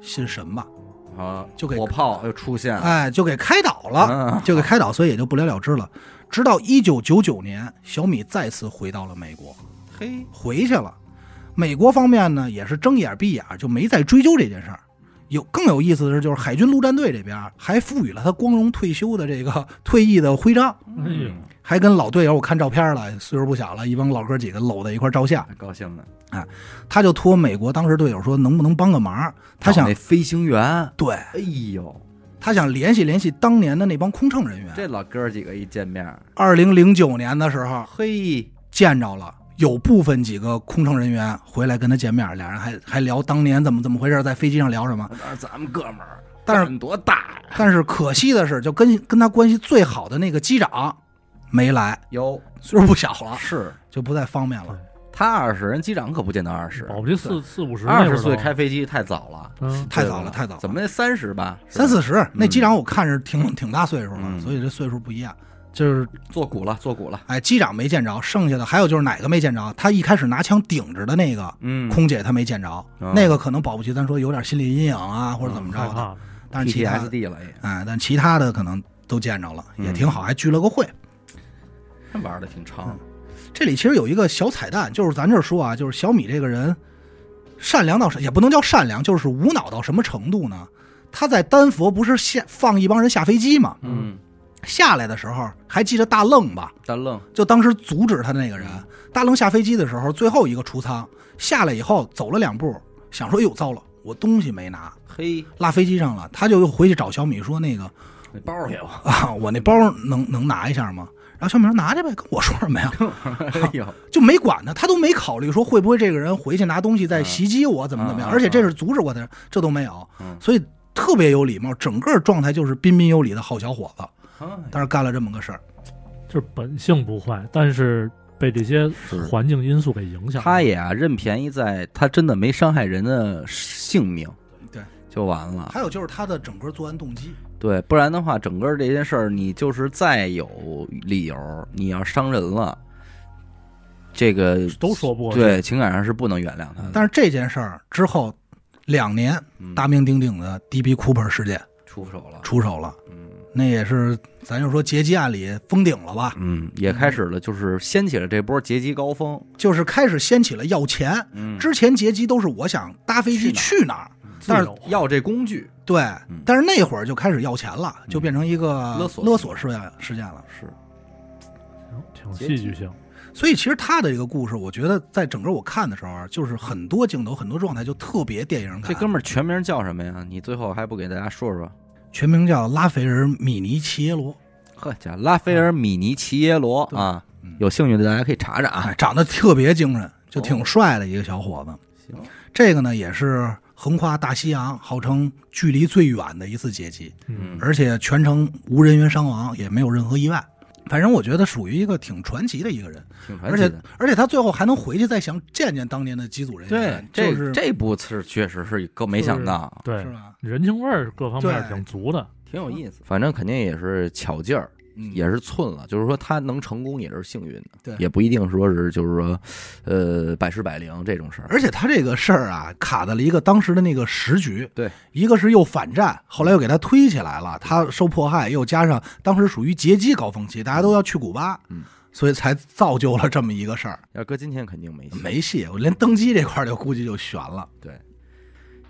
S2: 信神吧，
S1: 啊！
S2: 就给
S1: 火炮又出现了，
S2: 哎，就给开导了，
S1: 嗯，
S2: 就给开导，所以也就不了了之了。直到一九九九年，小米再次回到了美国，
S1: 嘿，
S2: 回去了。美国方面呢，也是睁眼闭眼，就没再追究这件事儿。有更有意思的是，就是海军陆战队这边还赋予了他光荣退休的这个退役的徽章，
S1: 嗯
S3: 哎呦，
S2: 还跟老队友我看照片了，岁数不小了，一帮老哥几个搂在一块儿照相。
S1: 还高兴呢。
S2: 他就托美国当时队友说，能不能帮个忙？他
S1: 找
S2: 想
S1: 那飞行员，
S2: 对，
S1: 哎呦，
S2: 他想联系联系当年的那帮空乘人员。
S1: 这老哥几个一见面，
S2: 二零零九年的时候
S1: 嘿，
S2: 见着了，有部分几个空乘人员回来跟他见面，俩人还还聊当年怎么怎么回事，在飞机上聊什么。
S1: 那是哎咱们哥们儿，
S2: 但是
S1: 胆多大呀？
S2: 但是可惜的是，就跟跟他关系最好的那个机长没来，
S1: 有
S2: 岁数不小了，
S1: 是
S2: 就不太方便了。
S1: 他二十，人机长可不见得二十，
S3: 保不齐四四五十那
S1: 二
S3: 会
S1: 十
S3: 儿都
S1: 岁开，飞机太早了，
S3: 嗯，
S2: 太早了，
S1: 对吧
S2: 太早了，
S1: 怎么也三十吧，是吧
S2: 三四十？那机长我看着挺挺大岁数了，
S1: 嗯
S2: 所以这岁数不一样。就是
S1: 坐骨了，坐骨了，
S2: 哎，机长没见着，剩下的还有就是哪个没见着？他一开始拿枪顶着的那个，
S1: 嗯
S2: 空姐她没见着，
S1: 嗯
S2: 那个可能保不齐咱说有点心理阴影啊，或者怎么
S3: 害
S2: 着的。
S3: 怕了，
S2: 但是啊其他的，
S1: ，PTSD 了也，
S2: 哎，但其他的可能都见着了，也
S1: 嗯
S2: 挺好，还聚了个会。
S1: 这玩的挺长，
S2: 这里其实有一个小彩蛋，就是咱这儿说啊，就是小米这个人善良到什，也不能叫善良，就是无脑到什么程度呢？他在丹佛不是下放一帮人下飞机嘛，
S1: 嗯，
S2: 下来的时候还记得大愣吧？
S1: 单愣，
S2: 就当时阻止他的那个人，大愣下飞机的时候，最后一个出舱下来以后走了两步，想说哟糟了，我东西没拿，
S1: 嘿，
S2: 落飞机上了，他就又回去找小米说那个
S1: 那包给 我，
S2: 啊，我那包能能拿一下吗？然后小米说拿去呗，跟我说什么呀？
S1: 哎呦，
S2: 就没管他，他都没考虑说会不会这个人回去拿东西再袭击我怎么怎么样，
S1: 嗯嗯
S2: 而且这是阻止过的，这都没有
S1: 嗯，
S2: 所以特别有礼貌，整个状态就是彬彬有礼的好小伙子。
S1: 哎
S2: 但是干了这么个事儿，
S3: 就是本性不坏，但是被这些
S1: 是
S3: 环境因素给影响了。
S1: 他也啊认便宜在，他真的没伤害人的性命，
S2: 对，
S1: 就完了。
S2: 还有就是他的整个作案动机，
S1: 对，不然的话，整个这件事儿，你就是再有理由，你要伤人了，这个
S3: 都说不过去，
S1: 对情感上是不能原谅他的。
S2: 但是这件事儿之后两年，
S1: 嗯
S2: 大名鼎鼎的 D.B. Cooper 事件
S1: 出手了，
S2: 出手了，
S1: 嗯
S2: 那也是咱就说劫机案里封顶了吧，
S1: 嗯，也开始了，就是掀起了这波劫机高峰。
S2: 就是开始掀起了要钱。
S1: 嗯，
S2: 之前劫机都是我想搭飞
S1: 去
S2: 机去哪儿，
S3: 自
S2: 但是
S3: 由啊
S1: 要这工具
S2: 对
S1: 嗯，
S2: 但是那会儿就开始要钱了，就变成一个
S1: 勒索
S2: 勒索事件事件了。
S1: 是
S3: 挺戏剧性，
S2: 所以其实他的这个故事，我觉得在整个我看的时候啊，就是很多镜头、很多状态就特别电影感。
S1: 这哥们儿全名叫什么呀？你最后还不给大家说说？
S2: 全名叫拉斐尔·米尼奇耶罗，
S1: 呵家拉斐尔·米尼奇耶罗
S2: 对
S1: 啊
S2: 嗯，
S1: 有兴趣的大家可以查查啊。哦
S2: 哎，长得特别精神，就挺帅的一个小伙子。
S1: 行，
S2: 这个呢，也是横跨大西洋，号称距离最远的一次劫机，
S3: 嗯，
S2: 而且全程无人员伤亡，也没有任何意外。反正我觉得属于一个挺传奇的一个人，
S1: 挺传
S2: 而
S1: 奇
S2: 且
S1: 的。
S2: 而且他最后还能回去再想见见当年的机组人
S1: 对
S2: 员，，
S1: 这、
S2: 就是
S1: 这部嗯是确实是更没想到，
S3: 对
S2: 是，啊吧？
S3: 人情味儿各方面
S2: 对
S3: 挺足的，
S1: 挺有意思。嗯反正肯定也是巧劲儿，
S2: 嗯
S1: 也是寸了。就是说他能成功也是幸运的，
S2: 对
S1: 也不一定说是就是说，呃，百试百灵这种事儿。
S2: 而且他这个事儿啊，卡在了一个当时的那个时局，
S1: 对，
S2: 一个是又反战，后来又给他推起来了，他受迫害，又加上当时属于劫机高峰期，大家都要去古巴，
S1: 嗯，
S2: 所以才造就了这么一个事儿。
S1: 要搁今天肯定没戏。
S2: 没戏，我连登机这块儿就估计就悬了。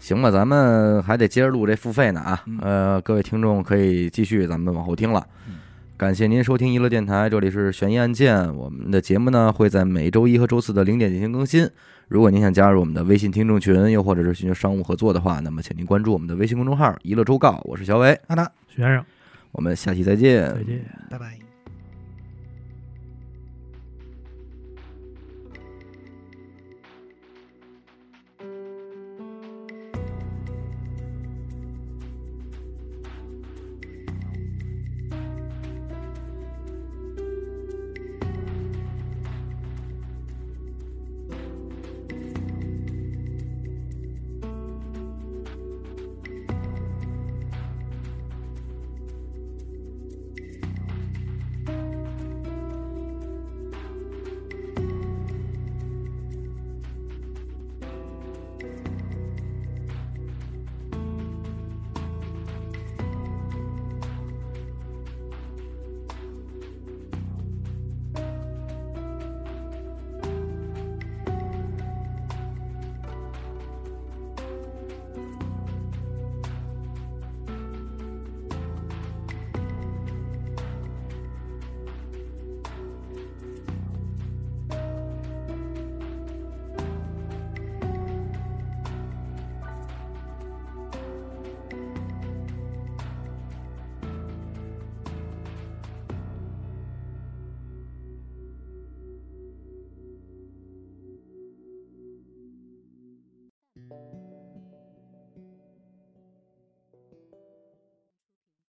S1: 行吧，咱们还得接着录这付费呢啊
S2: 嗯。
S1: 呃，各位听众可以继续咱们往后听了
S2: 嗯。
S1: 感谢您收听娱乐电台，这里是悬疑案件。我们的节目呢会在每周一和周四的零点进行更新。如果您想加入我们的微信听众群，又或者是寻求商务合作的话，那么请您关注我们的微信公众号“娱乐周告”。我是小伟，
S2: 那他，
S3: 学生
S1: 我们下期再见。
S3: 再见。
S2: 拜拜。